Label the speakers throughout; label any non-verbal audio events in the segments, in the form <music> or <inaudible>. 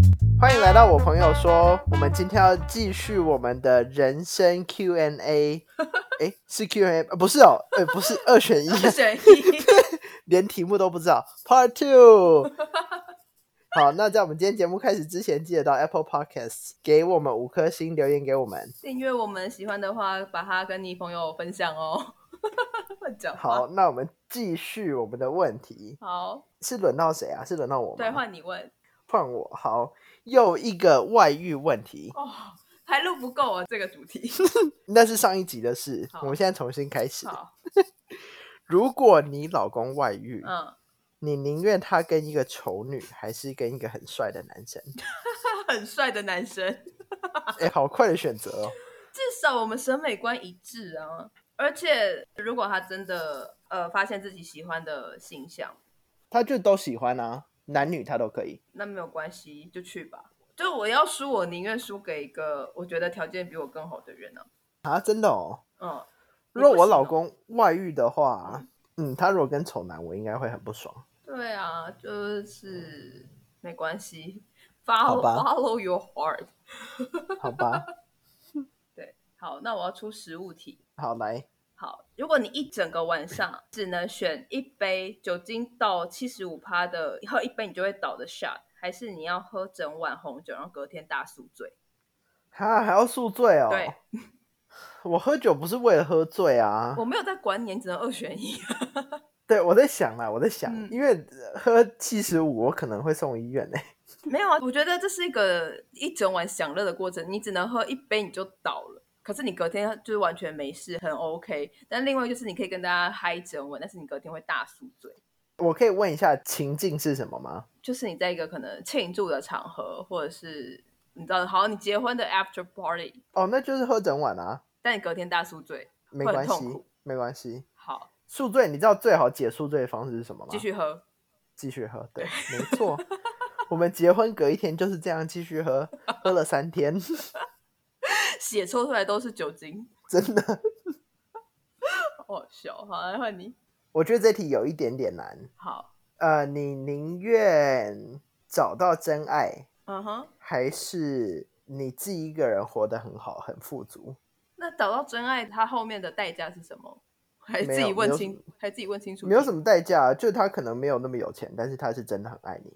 Speaker 1: 迎来到我朋友说，我们今天要继续我们的人生
Speaker 2: <laughs>
Speaker 1: Q&A。哎，是 Q&A，、呃、不是哦，呃，不是二
Speaker 2: <laughs>
Speaker 1: 选一，
Speaker 2: 选一，
Speaker 1: 连题目都不知道。Part
Speaker 2: <laughs>
Speaker 1: Two。好，那在我们今天节目开始之前，记得到 Apple Podcast 给我们五颗星留言给我们。
Speaker 2: 订阅我们喜欢的话，把它跟你朋友分享哦。乱讲话
Speaker 1: 好，，那我们继续我们的问题，
Speaker 2: 好，
Speaker 1: 是轮到谁啊？是轮到我吗？
Speaker 2: 对，换你问
Speaker 1: 换我。好，又一个外遇问题，
Speaker 2: 哦，还录不够啊，这个主题。
Speaker 1: 那是上一集的事，
Speaker 2: 好
Speaker 1: 我们现在重新开始。
Speaker 2: 好，
Speaker 1: 如果你老公外遇，
Speaker 2: 嗯，
Speaker 1: 你宁愿他跟一个丑女，还是跟一个很帅的男 <laughs> 生？
Speaker 2: 他很帅的男生，
Speaker 1: 哎、好快的选择哦！
Speaker 2: 至少我们审美观一致啊。而且，如果他真的呃发现自己喜欢的形象，
Speaker 1: 他就都喜欢啊，男女他都可以。
Speaker 2: 那没有关系，就去吧。就我要输，我宁愿输给一个我觉得条件比我更好的人呢、
Speaker 1: 啊，真的哦。
Speaker 2: 啊。嗯，
Speaker 1: 如
Speaker 2: 你
Speaker 1: 果
Speaker 2: 不
Speaker 1: 我
Speaker 2: 行
Speaker 1: 老
Speaker 2: 哦
Speaker 1: 公外遇的话，嗯，他如果跟丑男，我应该会很不 <laughs> 爽。
Speaker 2: 对啊，就是没关系，follow
Speaker 1: 好吧
Speaker 2: follow your heart。
Speaker 1: 好吧，
Speaker 2: 对，好，那我要出实物题。
Speaker 1: 好来，
Speaker 2: 好，如果你一整个晚上只能选一杯酒精到七十五趴的，喝一杯你就会倒的 shot，还是你要喝整碗红酒，然后隔天大宿醉？
Speaker 1: 哈，还要宿醉哦。
Speaker 2: 对，
Speaker 1: 我喝酒不是为了喝醉啊。
Speaker 2: 我没有在管你，你只能二选一。
Speaker 1: 对，我在想啦，我在想，
Speaker 2: 嗯
Speaker 1: 因为呃喝七十五，我可能会送医院呢、 <laughs>
Speaker 2: 没有啊，我觉得这是一个一整晚享乐的过程，你只能喝一杯你就倒了。可是你隔天就是完全没事，很 OK。但另外就是你可以跟大家嗨整晚，但是你隔天会大宿醉。
Speaker 1: 我可以问一下情境是什么吗？
Speaker 2: 就是你在一个可能庆祝的场合，或者是你知道，好，你结婚的 after party，
Speaker 1: 哦，那就是喝整晚啊，
Speaker 2: 但你隔天大宿醉，
Speaker 1: 没
Speaker 2: 会
Speaker 1: 关
Speaker 2: 很痛
Speaker 1: 系
Speaker 2: 苦，
Speaker 1: 没关系。
Speaker 2: 好，
Speaker 1: 宿醉，你知道最好解宿醉的方式是什么吗？
Speaker 2: 继续喝。 <laughs>
Speaker 1: 继续喝，对，没错。我们结婚隔一天就是这样继续喝，喝了三天， <laughs>
Speaker 2: 血抽出来都是酒精，
Speaker 1: 真的。
Speaker 2: 好好笑。好，来换你。
Speaker 1: 我觉得这题有一点点难。
Speaker 2: 好，
Speaker 1: 呃，你宁愿找到真爱，
Speaker 2: 嗯哼。
Speaker 1: 还是你自己一个人活得很好、很富足？
Speaker 2: 那找到真爱，它后面的代价是什么？还
Speaker 1: 没
Speaker 2: 自己
Speaker 1: 有
Speaker 2: 问
Speaker 1: 没有
Speaker 2: 清，还自己问清楚。
Speaker 1: 没有什么代价，啊就他可能没有那么有钱，但是他是真的很爱你。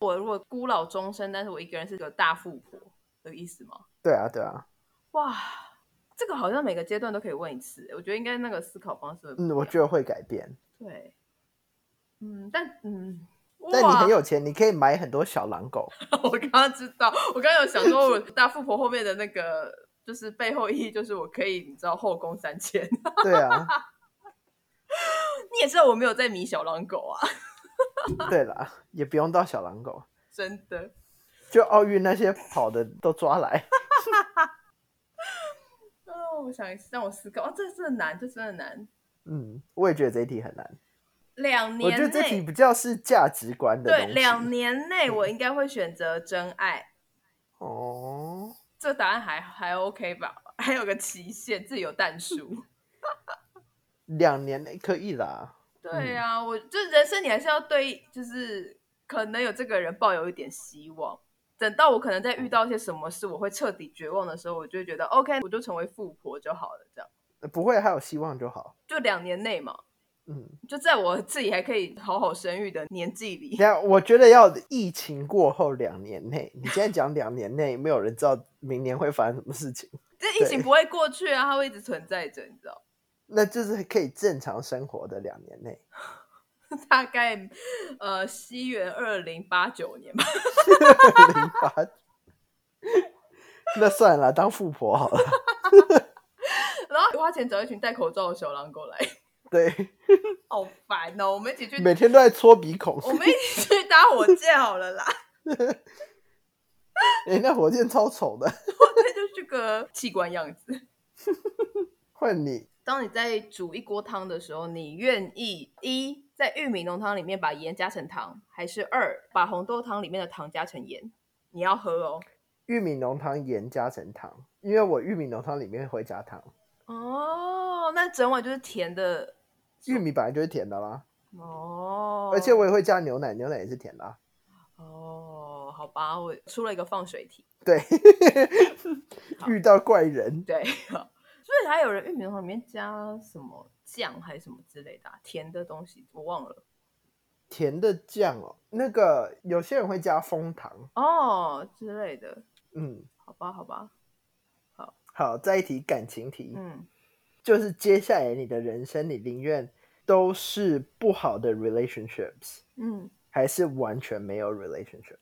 Speaker 2: 我如果孤老终生，但是我一个人是个大富婆的意思吗？
Speaker 1: 对啊，对啊，
Speaker 2: 哇，这个好像每个阶段都可以问一次，欸我觉得应该那个思考方式会不一
Speaker 1: 嗯，
Speaker 2: 样。
Speaker 1: 我觉得会改变。
Speaker 2: 对，嗯，但嗯，
Speaker 1: 但你
Speaker 2: 哇
Speaker 1: 很，有钱，你可以买很多小狼狗。
Speaker 2: 我刚刚知道，我刚刚有想说，我大富婆后面的那个就是背后意义，就是我可以你知道后宫三千， <laughs> 你
Speaker 1: 对啊，
Speaker 2: 也知道我没有在迷小狼狗啊，
Speaker 1: 对啦，也不用到小狼狗，
Speaker 2: 真的。
Speaker 1: 就奥运那些跑的都抓来。
Speaker 2: 哦，我想一次，让我思考，哦，这真的难，这真的难。
Speaker 1: 嗯，我也觉得这一题很难。
Speaker 2: 两
Speaker 1: 我觉得
Speaker 2: 年
Speaker 1: 这题
Speaker 2: 内，
Speaker 1: 比较是价值观的
Speaker 2: 对，
Speaker 1: 东西
Speaker 2: 两年内我应该会选择真爱。
Speaker 1: 哦，
Speaker 2: 这答案还还 OK 吧？ <laughs> 还有个期限，自己有淡 <laughs> 数。
Speaker 1: 两年内可以啦。
Speaker 2: 对啊，我就人生你还是要对，就是可能有这个人抱有一点希望。等到我可能在遇到一些什么事，我会彻底绝望的时候，我就会觉得 OK，我就成为富婆就好了，这样
Speaker 1: 不会，还有希望就好。
Speaker 2: 就两年内嘛，
Speaker 1: 嗯，
Speaker 2: 就在我自己还可以好好生育的年纪里
Speaker 1: 等一。下我觉得要疫情过后两年内，你现在讲两年内，没有人知道明年会发生什么事情，
Speaker 2: 这疫情
Speaker 1: 对
Speaker 2: 不会过去啊，它会一直存在着，你知道？
Speaker 1: 那就是可以正常生活的两年内。
Speaker 2: <laughs> 大概呃，西元二零八九年吧。 <laughs>
Speaker 1: 零八，那算了，当富婆好了。
Speaker 2: 然后花钱找一群戴口罩的小狼狗来，
Speaker 1: 对，
Speaker 2: 好烦哦！我们一起去，
Speaker 1: 每天都在搓鼻孔。
Speaker 2: 我们一起去搭火箭好了啦。 <laughs>
Speaker 1: 哎、那火箭超丑的，
Speaker 2: 那就是个器官样子。
Speaker 1: 换你。
Speaker 2: 当你在煮一锅汤的时候，你愿意一在玉米浓汤里面把盐加成糖，还是二把红豆汤里面的糖加成盐？你要喝哦。
Speaker 1: 玉米浓汤盐加成糖，因为我玉米浓汤里面会加糖，
Speaker 2: 哦，那整碗就是甜的
Speaker 1: 玉米本来就是甜的啦，
Speaker 2: 哦。
Speaker 1: 而且我也会加牛奶，牛奶也是甜的啊、
Speaker 2: 哦，好吧，我出了一个放水题。 <laughs>
Speaker 1: 对，遇到怪人，
Speaker 2: 对， <laughs> 所以还有人玉米浓汤里面加什么酱还是什么之类的啊、甜的东西，我忘了。
Speaker 1: 甜的酱哦，那个有些人会加枫糖，
Speaker 2: 哦之类的，
Speaker 1: 嗯，
Speaker 2: 好吧，好吧，
Speaker 1: 好，再一题感情题，
Speaker 2: 嗯，
Speaker 1: 就是接下来你的人生，你宁愿都是不好的 relationships，
Speaker 2: 嗯，
Speaker 1: 还是完全没有 relationship？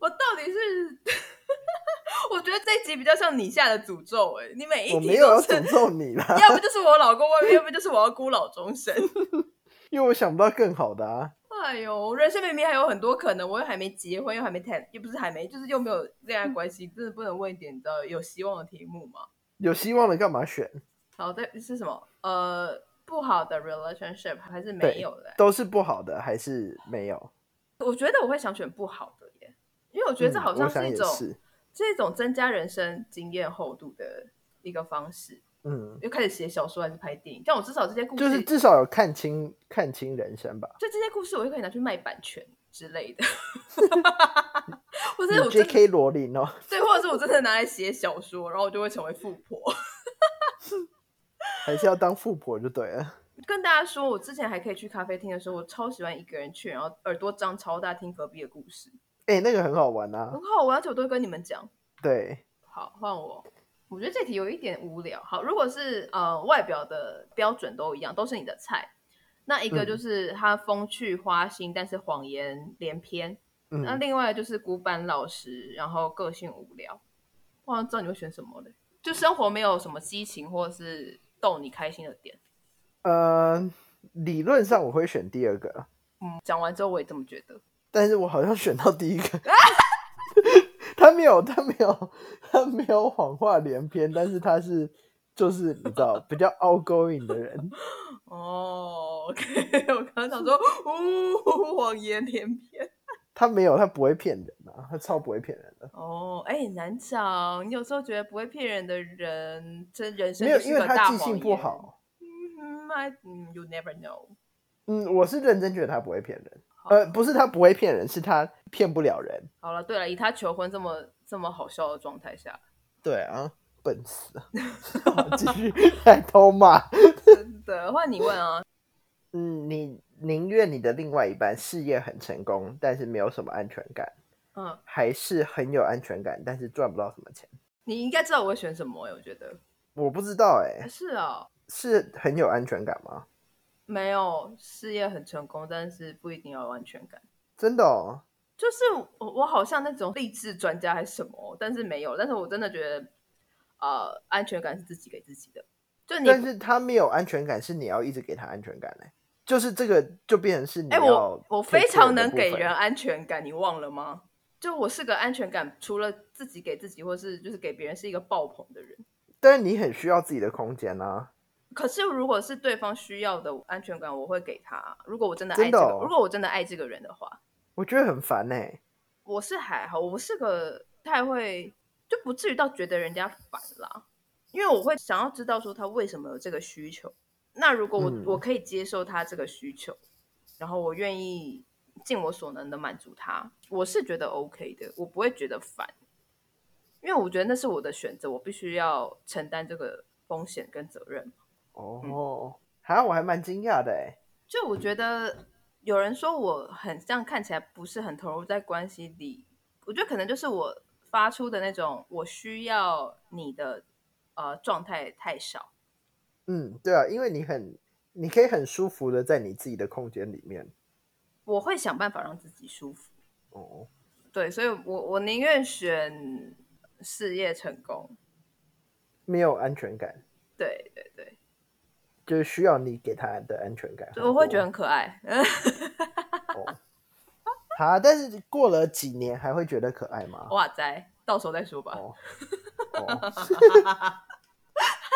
Speaker 2: 我到底是， <laughs> 我觉得这一集比较像你下的诅咒哎、你每一
Speaker 1: 我没
Speaker 2: 题
Speaker 1: 有要
Speaker 2: 都是，
Speaker 1: 诅咒你啦，
Speaker 2: 要不就是我老公外面，要不就是我要孤老终生。
Speaker 1: 因为我想不到更好的啊。
Speaker 2: 哎呦，人生明明还有很多可能，我又还没结婚，又还没谈，又不是还没，就是又没有恋爱关系，真的不能问一点你知道有希望的题目吗？
Speaker 1: 有希望的干嘛选？ <laughs>
Speaker 2: 好，再是什么？呃，不好的 relationship 还是
Speaker 1: 对
Speaker 2: 没有的欸、
Speaker 1: 都是不好的还是没有？
Speaker 2: 我觉得我会想选不好的耶，因为我觉得这
Speaker 1: 嗯
Speaker 2: 好
Speaker 1: 我
Speaker 2: 像
Speaker 1: 想
Speaker 2: 是一
Speaker 1: 也
Speaker 2: 种、
Speaker 1: 是，
Speaker 2: 这种增加人生经验厚度的一个方式。
Speaker 1: 嗯，
Speaker 2: 又开始写小说还是拍电影？但我至少这些故事，
Speaker 1: 就是至少有看清看清人生吧。
Speaker 2: 就这些故事，我就可以拿去卖版权之
Speaker 1: <laughs>
Speaker 2: 类的。或者
Speaker 1: 你
Speaker 2: 是我真的
Speaker 1: J.K. 罗琳哦， <laughs>
Speaker 2: 对，或者是我真的拿来写小说，然后我就会成为富婆。
Speaker 1: 还是要当富婆就对了。
Speaker 2: 跟大家说，我之前还可以去咖啡厅的时候，我超喜欢一个人去，然后耳朵张超大听隔壁的故事，
Speaker 1: 哎、那个很好玩啊。
Speaker 2: 很好玩，而且我都会跟你们讲。
Speaker 1: 对，
Speaker 2: 好，换我。我觉得这题有一点无聊。好，如果是呃外表的标准都一样，都是你的菜，那一个
Speaker 1: 嗯
Speaker 2: 就是他风趣花心，但是谎言连篇；那
Speaker 1: 嗯，
Speaker 2: 另外就是古板老实，然后个性无聊。我好像知道你会选什么嘞，就生活没有什么激情或者是逗你开心的点。
Speaker 1: 呃，理论上我会选第二个，
Speaker 2: 嗯，讲完之后我也这么觉得。
Speaker 1: 但是我好像选到第一
Speaker 2: <laughs>
Speaker 1: 个。他没有，他没有，他没有谎话连篇，但是他是就是你知道比较 outgoing 的人。
Speaker 2: 哦，OK，我刚刚想说，呜， <laughs> 谎言连篇。
Speaker 1: 他没有，他不会骗人啊，他超不会骗人的。
Speaker 2: 哦，哎，难找。你有时候觉得不会骗人的人，这人生
Speaker 1: 没有，
Speaker 2: 就是
Speaker 1: 因为
Speaker 2: 个
Speaker 1: 他
Speaker 2: 大
Speaker 1: 记
Speaker 2: 谎
Speaker 1: 性不
Speaker 2: 言。
Speaker 1: 好。
Speaker 2: 嗯，I- 嗯，You never know。
Speaker 1: 嗯，我是认真觉得他不会骗人，
Speaker 2: 好
Speaker 1: 呃，不是他不会骗人，是他骗不了人。
Speaker 2: 好了，对了，以他求婚这么这么好笑的状态下，
Speaker 1: 对啊，笨死了， <laughs> 好继续来偷骂。
Speaker 2: 真的换你问啊。
Speaker 1: 嗯，你宁愿你的另外一半事业很成功，但是没有什么安全感，
Speaker 2: 嗯，
Speaker 1: 还是很有安全感，但是赚不到什么钱？
Speaker 2: 你应该知道我会选什么哎、我觉得
Speaker 1: 我不知道哎、
Speaker 2: 哎是哦，
Speaker 1: 是很有安全感吗？
Speaker 2: 没有事业很成功，但是不一定要有安全感。
Speaker 1: 真的哦，
Speaker 2: 就是我我好像那种励志专家还是什么，但是没有，但是我真的觉得，呃，安全感是自己给自己的。就你，
Speaker 1: 但是他没有安全感，是你要一直给他安全感嘞、欸就是这个就变成是你
Speaker 2: 哎、
Speaker 1: 要
Speaker 2: 我我
Speaker 1: take
Speaker 2: 非
Speaker 1: care
Speaker 2: 常
Speaker 1: 的
Speaker 2: 能
Speaker 1: 部
Speaker 2: 给
Speaker 1: 分
Speaker 2: 人安全感，你忘了吗？就我是个安全感，除了自己给自己，或是就是给别人，是一个爆棚的人。
Speaker 1: 但你很需要自己的空间啊。
Speaker 2: 可是如果是对方需要的安全感，我会给他。如果我真的爱
Speaker 1: 真的
Speaker 2: 这个，
Speaker 1: 哦
Speaker 2: 如果我真的爱这个人的话，
Speaker 1: 我觉得很烦欸呢、
Speaker 2: 我是还好，我是个不太会，就不至于到觉得人家烦啦，因为我会想要知道说他为什么有这个需求。那如果我、
Speaker 1: 嗯
Speaker 2: 我可以接受他这个需求，然后我愿意尽我所能的满足他，我是觉得 OK 的，我不会觉得烦，因为我觉得那是我的选择，我必须要承担这个风险跟责任。
Speaker 1: 哦，哈，我还蛮惊讶的哎、
Speaker 2: 就我觉得有人说我很像看起来不是很投入在关系里，我觉得可能就是我发出的那种我需要你的呃状态太少。
Speaker 1: 嗯，对啊，因为你很，你可以很舒服的在你自己的空间里面。
Speaker 2: 我会想办法让自己舒服，
Speaker 1: 哦，
Speaker 2: 对，所以我我宁愿选事业成功，
Speaker 1: 没有安全感，
Speaker 2: 对对对，
Speaker 1: 就是需要你给他的安全感很
Speaker 2: 就
Speaker 1: 多。
Speaker 2: 我会觉得很可爱，呃
Speaker 1: 哦，哈，但是过了几年还会觉得可爱吗？
Speaker 2: 哇塞，到时候再说吧，
Speaker 1: 哦，
Speaker 2: <laughs>
Speaker 1: 哦，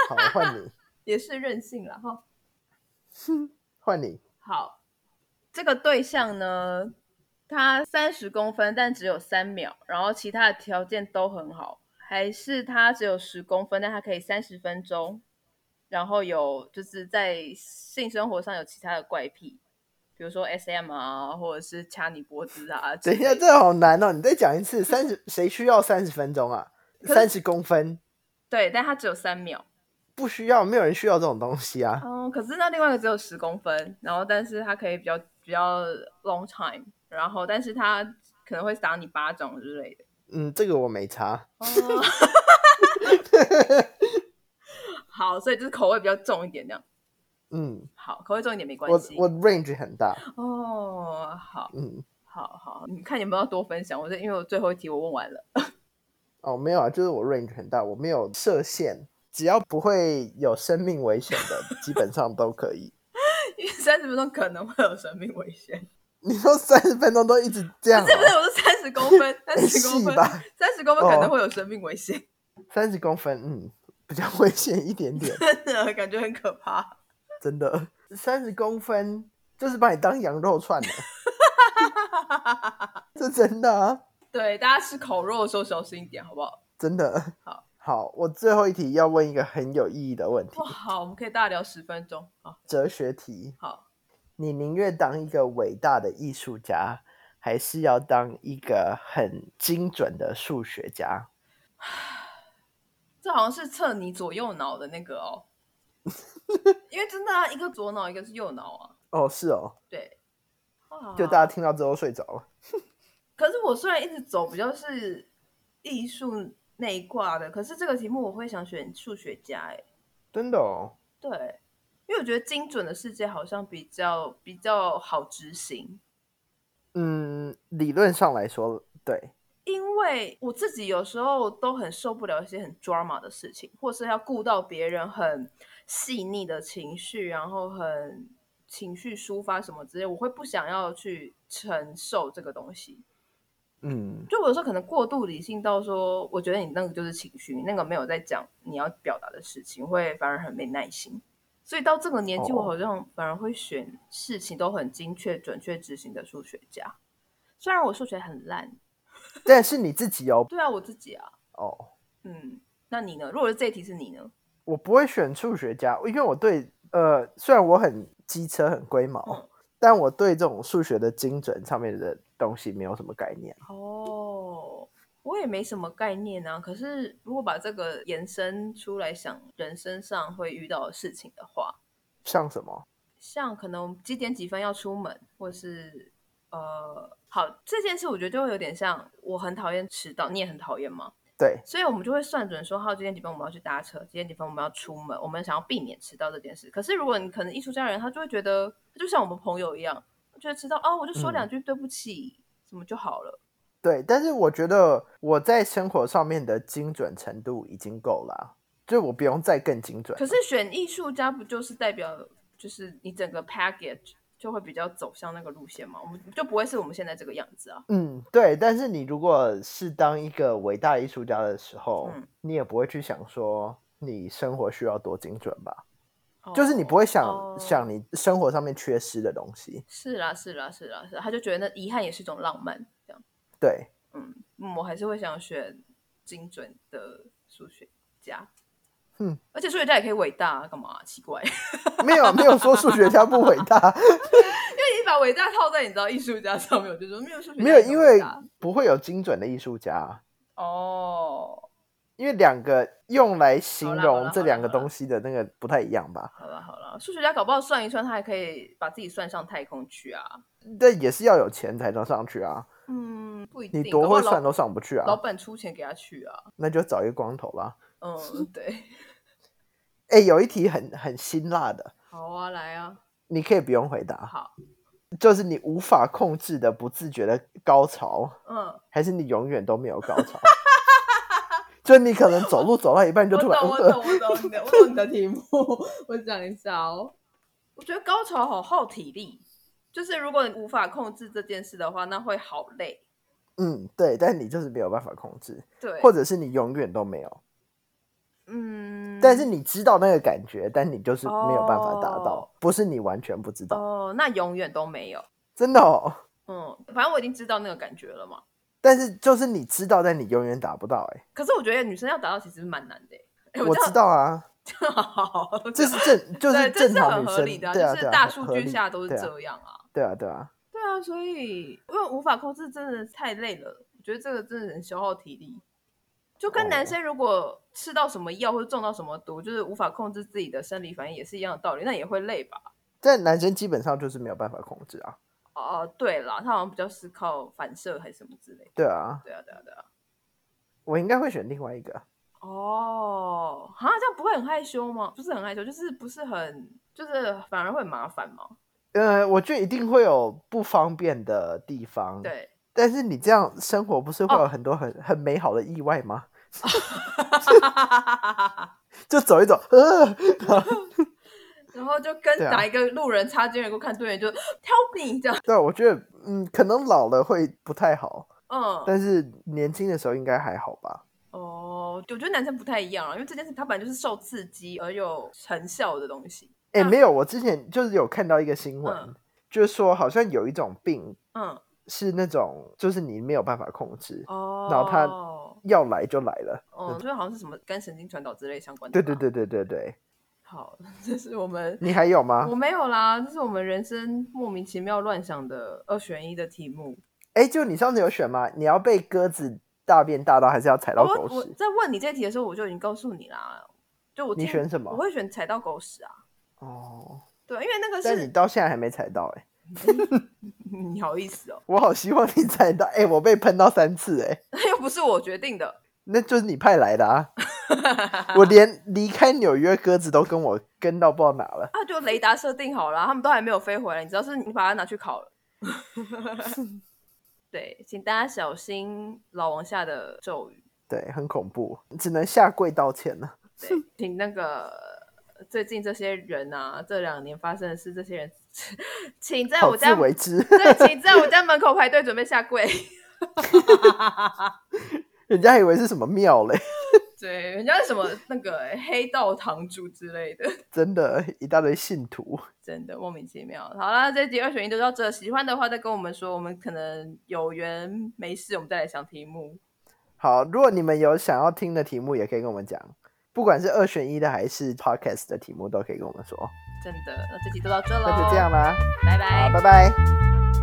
Speaker 1: 好，换你， <laughs>
Speaker 2: 也是任性了哈。
Speaker 1: 换你，
Speaker 2: 好，这个对象呢，他三十公分，但只有三秒，然后其他的条件都很好，还是他只有十公分，但他可以三十分钟，然后有就是在性生活上有其他的怪癖，比如说 SM 啊，或者是掐你脖子啊。
Speaker 1: 等一下，这好难哦！你再讲一次，三十谁需要三十分钟啊？
Speaker 2: 是
Speaker 1: 三十公分
Speaker 2: 对，但它只有三秒。
Speaker 1: 不需要，没有人需要这种东西啊。
Speaker 2: 哦，可是那另外一个只有十公分，然后但是它可以比较比较 long time，然后但是它可能会打你巴掌之类的。
Speaker 1: 嗯，这个我没查。
Speaker 2: 哦， <laughs> 好，所以就是口味比较重一点这样。
Speaker 1: 嗯，
Speaker 2: 好，口味重一点没关
Speaker 1: 我
Speaker 2: 系。
Speaker 1: 我 range 很大。
Speaker 2: 哦，好
Speaker 1: 嗯，
Speaker 2: 好好，你看你们要多分享，我是因为我最后一题我问完了。 <laughs>
Speaker 1: 哦，没有啊，就是我 range 很大，我没有设限，只要不会有生命危险的，基本上都可以。 <laughs>
Speaker 2: 因为三十分钟可能会有生命危险。
Speaker 1: 你说三十分钟都一直这样、
Speaker 2: 不是不
Speaker 1: 啊，
Speaker 2: 是，我是三十公分， <laughs>
Speaker 1: <laughs>
Speaker 2: 三十公
Speaker 1: 戏
Speaker 2: 分，
Speaker 1: 吧？
Speaker 2: 三十公分可能
Speaker 1: 哦
Speaker 2: 会有生命危险，
Speaker 1: 三十公分，嗯，比较危险一点点，
Speaker 2: 真的 <laughs> 感觉很可怕。
Speaker 1: 真的。三十公分就是把你当羊肉串
Speaker 2: <laughs>
Speaker 1: 的，这真的啊，
Speaker 2: 对，大家吃烤肉的时候小心一点，好不好？
Speaker 1: 真的。
Speaker 2: 好，
Speaker 1: <laughs> 好，我最后一题要问一个很有意义的问题
Speaker 2: 哇，，好，我们可以大聊十分钟。好，
Speaker 1: 哲学题。
Speaker 2: 好，
Speaker 1: 你宁愿当一个伟大的艺术家，还是要当一个很精准的数学家？
Speaker 2: 这好像是测你左右脑的那个
Speaker 1: <laughs>
Speaker 2: 哦，因为真的、啊、一个左脑，一个是右脑啊。
Speaker 1: 哦，是哦，
Speaker 2: 对，哇
Speaker 1: 就大家听到之后睡着了。
Speaker 2: 可是我虽然一直走比较是艺术那一挂的，可是这个题目我会想选数学家、欸，
Speaker 1: 真的哦，
Speaker 2: 对，因为我觉得精准的世界好像比较比较好执行，
Speaker 1: 嗯，理论上来说，对，
Speaker 2: 因为我自己有时候都很受不了一些很 drama 的事情，或是要顾到别人很细腻的情绪，然后很情绪抒发什么之类，我会不想要去承受这个东西。
Speaker 1: 嗯， <laughs>
Speaker 2: 就我有时候可能过度理性到说，我觉得你那个就是情绪，你那个没有在讲你要表达的事情，会反而很没耐心。所以到这个年纪，
Speaker 1: 哦
Speaker 2: 我好像反而会选事情都很精确、准确执行的数学家。虽然我数学很烂，
Speaker 1: 但是你自己有
Speaker 2: 对啊，我自己啊，
Speaker 1: 哦，
Speaker 2: 嗯，那你呢？如果是这一题是你呢？
Speaker 1: 我不会选数学家，因为我对呃，虽然我很机车很龟毛，
Speaker 2: 嗯
Speaker 1: 但我对这种数学的精准上面的东西没有什么概念。
Speaker 2: 哦，我也没什么概念啊。可是如果把这个延伸出来想人身上会遇到的事情的话，
Speaker 1: 像什么？
Speaker 2: 像可能几点几分要出门，或是呃，好这件事，我觉得就会有点像我很讨厌迟到，你也很讨厌嘛，
Speaker 1: 对，
Speaker 2: 所以我们就会算准说，好，几点几分我们要去搭车，几点几分我们要出门，我们想要避免迟到这件事。可是如果你可能艺术家人，他就会觉得，就像我们朋友一样，觉得迟到哦，我就说
Speaker 1: 嗯
Speaker 2: 两句对不起，什么就好了。
Speaker 1: 对，但是我觉得我在生活上面的精准程度已经够了啊，就我不用再更精准
Speaker 2: 可
Speaker 1: 了。
Speaker 2: 是选艺术家不就是代表，就是你整个 package 就会比较走向那个路线嘛，我们就不会是我们现在这个样子啊。
Speaker 1: 嗯，对，但是你如果是当一个伟大艺术家的时候，
Speaker 2: 嗯
Speaker 1: 你也不会去想说你生活需要多精准吧？就是你不会想、
Speaker 2: 哦
Speaker 1: 想你生活上面缺失的东西。
Speaker 2: 是啦，是啦，是啦，是啦，他就觉得那遗憾也是一种浪漫，这样，
Speaker 1: 对，
Speaker 2: 嗯，嗯我还是会想选精准的数学家，
Speaker 1: 嗯，
Speaker 2: 而且数学家也可以伟大、啊，干嘛啊、奇怪？ <laughs> 因
Speaker 1: <laughs> 没有没有说数学家不伟大，
Speaker 2: 为你把伟大套在你知道艺术家上面，我就说没有数学家
Speaker 1: 没有，
Speaker 2: 也
Speaker 1: 因
Speaker 2: 很伟
Speaker 1: 为
Speaker 2: 大
Speaker 1: 不会有精准的艺术家，
Speaker 2: 哦，
Speaker 1: 因为两个用来
Speaker 2: 好
Speaker 1: 形
Speaker 2: 啦好啦
Speaker 1: 容这
Speaker 2: 好啦
Speaker 1: 两个
Speaker 2: 好啦
Speaker 1: 东西的那个不太一样吧？
Speaker 2: 好了好了，数学家搞不好算一算，他还可以把自己算上太空去啊，
Speaker 1: 但也是要有钱才能上去啊，
Speaker 2: 嗯，不一定，
Speaker 1: 你多
Speaker 2: 搞不好
Speaker 1: 会
Speaker 2: 老
Speaker 1: 算都上不去
Speaker 2: 老
Speaker 1: 啊，
Speaker 2: 板出钱给他去啊，
Speaker 1: 那就找一个光头啦。 <laughs>
Speaker 2: 嗯，对，
Speaker 1: 哎，有一题很很辛辣的，
Speaker 2: 好啊，来啊，
Speaker 1: 你可以不用回答，
Speaker 2: 好，
Speaker 1: 就是你无法控制的不自觉的高潮，
Speaker 2: 嗯。
Speaker 1: 还是你永远都没有高
Speaker 2: <laughs>
Speaker 1: 潮？就你可能走路走到一半就
Speaker 2: 我
Speaker 1: 突
Speaker 2: 懂，
Speaker 1: 然
Speaker 2: 我
Speaker 1: 呃，
Speaker 2: 懂，我懂你
Speaker 1: <laughs>
Speaker 2: 的，我懂你的题目。我讲一下哦，我觉得高潮好耗体力，就是如果你无法控制这件事的话，那会好累。
Speaker 1: 嗯，对，但你就是没有办法控制，
Speaker 2: 对，
Speaker 1: 或者是你永远都没有。
Speaker 2: 嗯，
Speaker 1: 但是你知道那个感觉，但你就是没有办法达到，
Speaker 2: 哦
Speaker 1: 不是你完全不知道，
Speaker 2: 哦，那永远都没有。
Speaker 1: 真的哦。
Speaker 2: 嗯，反正我已经知道那个感觉了嘛。
Speaker 1: 但是就是你知道，但你永远达不到、欸。
Speaker 2: 可是我觉得女生要达到其实蛮难的欸。哎
Speaker 1: 我知，道啊，
Speaker 2: 这样 <laughs>
Speaker 1: 这是正，就是
Speaker 2: 对，这
Speaker 1: 正
Speaker 2: 是
Speaker 1: 常
Speaker 2: 很 <laughs>
Speaker 1: 女
Speaker 2: 合
Speaker 1: 生，
Speaker 2: 理的啊，
Speaker 1: 对啊，
Speaker 2: 就
Speaker 1: 对
Speaker 2: 是
Speaker 1: 啊
Speaker 2: 大
Speaker 1: 很
Speaker 2: 数
Speaker 1: 合
Speaker 2: 据
Speaker 1: 理
Speaker 2: 下都是
Speaker 1: 对啊
Speaker 2: 这样啊。
Speaker 1: 对啊，对啊，
Speaker 2: 对啊，所以因为无法控制真的太累了，我觉得这个真的很消耗体力。就跟
Speaker 1: 哦
Speaker 2: 男生如果吃到什么药或者中到什么毒，就是无法控制自己的生理反应，也是一样的道理，那也会累吧？
Speaker 1: 但男生基本上就是没有办法控制啊。
Speaker 2: 哦、对啦，他好像比较是靠反射还是什么之类的。
Speaker 1: 对啊，
Speaker 2: 对啊，对啊，对啊。
Speaker 1: 我应该会选另外一个。
Speaker 2: 哦，好像这样不会很害羞吗？不是很害羞，就是不是很，就是反而会很麻烦嘛。
Speaker 1: 呃，我觉得一定会有不方便的地方。，
Speaker 2: 对，
Speaker 1: 但是你这样生活不是会
Speaker 2: 哦
Speaker 1: 有很多很、很美好的意外
Speaker 2: <laughs>
Speaker 1: 吗？就走一走，呃，
Speaker 2: 然后就跟
Speaker 1: 对啊
Speaker 2: 哪一个路人擦肩而过，看对眼就 <gasps> help me 这样。
Speaker 1: 对，我觉得嗯，可能老了会不太好，
Speaker 2: 嗯，
Speaker 1: 但是年轻的时候应该还好吧？
Speaker 2: 哦，我觉得男生不太一样啊，因为这件事他本来就是受刺激而有成效的东西。
Speaker 1: 哎、
Speaker 2: 那
Speaker 1: 没有，我之前就是有看到一个新闻，
Speaker 2: 嗯
Speaker 1: 就是说好像有一种病
Speaker 2: 嗯，
Speaker 1: 是那种就是你没有办法控制，
Speaker 2: 哦，
Speaker 1: 然后他要来就来了。
Speaker 2: 哦，就是好像是什么跟神经传导之类相关的。
Speaker 1: 对对。对对对对，
Speaker 2: 好，这是
Speaker 1: <laughs>
Speaker 2: 我们
Speaker 1: 你还有吗
Speaker 2: 我？没有啦，这是我们人生莫名其妙乱想的二选一的题目。
Speaker 1: 哎、就你上次有选吗？你要被鸽子大便大到，还是要踩到
Speaker 2: 我
Speaker 1: 狗
Speaker 2: 我
Speaker 1: 屎？
Speaker 2: 在问你这题的时候，我就已经告诉你啦，就我
Speaker 1: 你
Speaker 2: 听
Speaker 1: 选什么
Speaker 2: 我会选踩到狗屎啊，
Speaker 1: 哦，
Speaker 2: 对，因为那个
Speaker 1: 但你
Speaker 2: 是
Speaker 1: 到现在还没踩到哎、
Speaker 2: <laughs> 你好意思哦，
Speaker 1: 我好希望你踩到哎、我被喷到三次哎、
Speaker 2: 又不是我决定的，
Speaker 1: 那就是你派来的啊！
Speaker 2: <laughs>
Speaker 1: 我连离开纽约鸽子都跟我跟到不知道哪了。
Speaker 2: 啊，就雷达设定好了，他们都还没有飞回来，你知道是你把它拿去烤
Speaker 1: <laughs>
Speaker 2: 了。对，请大家小心老王下的咒语。
Speaker 1: 对，很恐怖，只能下跪道歉了。 <laughs>
Speaker 2: 对，请那个最近这些人啊，这两年发生的事，这些人， <laughs> 请在
Speaker 1: 好
Speaker 2: 哎我
Speaker 1: 自
Speaker 2: 家
Speaker 1: 为之，
Speaker 2: 对，请在我家门口排队准备下跪。 <laughs>
Speaker 1: 人家以为是什么庙嘞，
Speaker 2: 对，人家是什么那个欸、黑道堂主之类的， <laughs>
Speaker 1: 真的，一大堆信徒。
Speaker 2: 真的莫名其妙。好啦，这集二选一就到这，喜欢的话再跟我们说，我们可能有缘没事，我们再来想题目。
Speaker 1: 好，如果你们有想要听的题目，也可以跟我们讲，不管是二选一的还是 podcast 的题目，都可以跟我们说。
Speaker 2: 真的，那这集就到这喽，
Speaker 1: 那就这样，啦，
Speaker 2: 拜拜
Speaker 1: 好，。拜拜。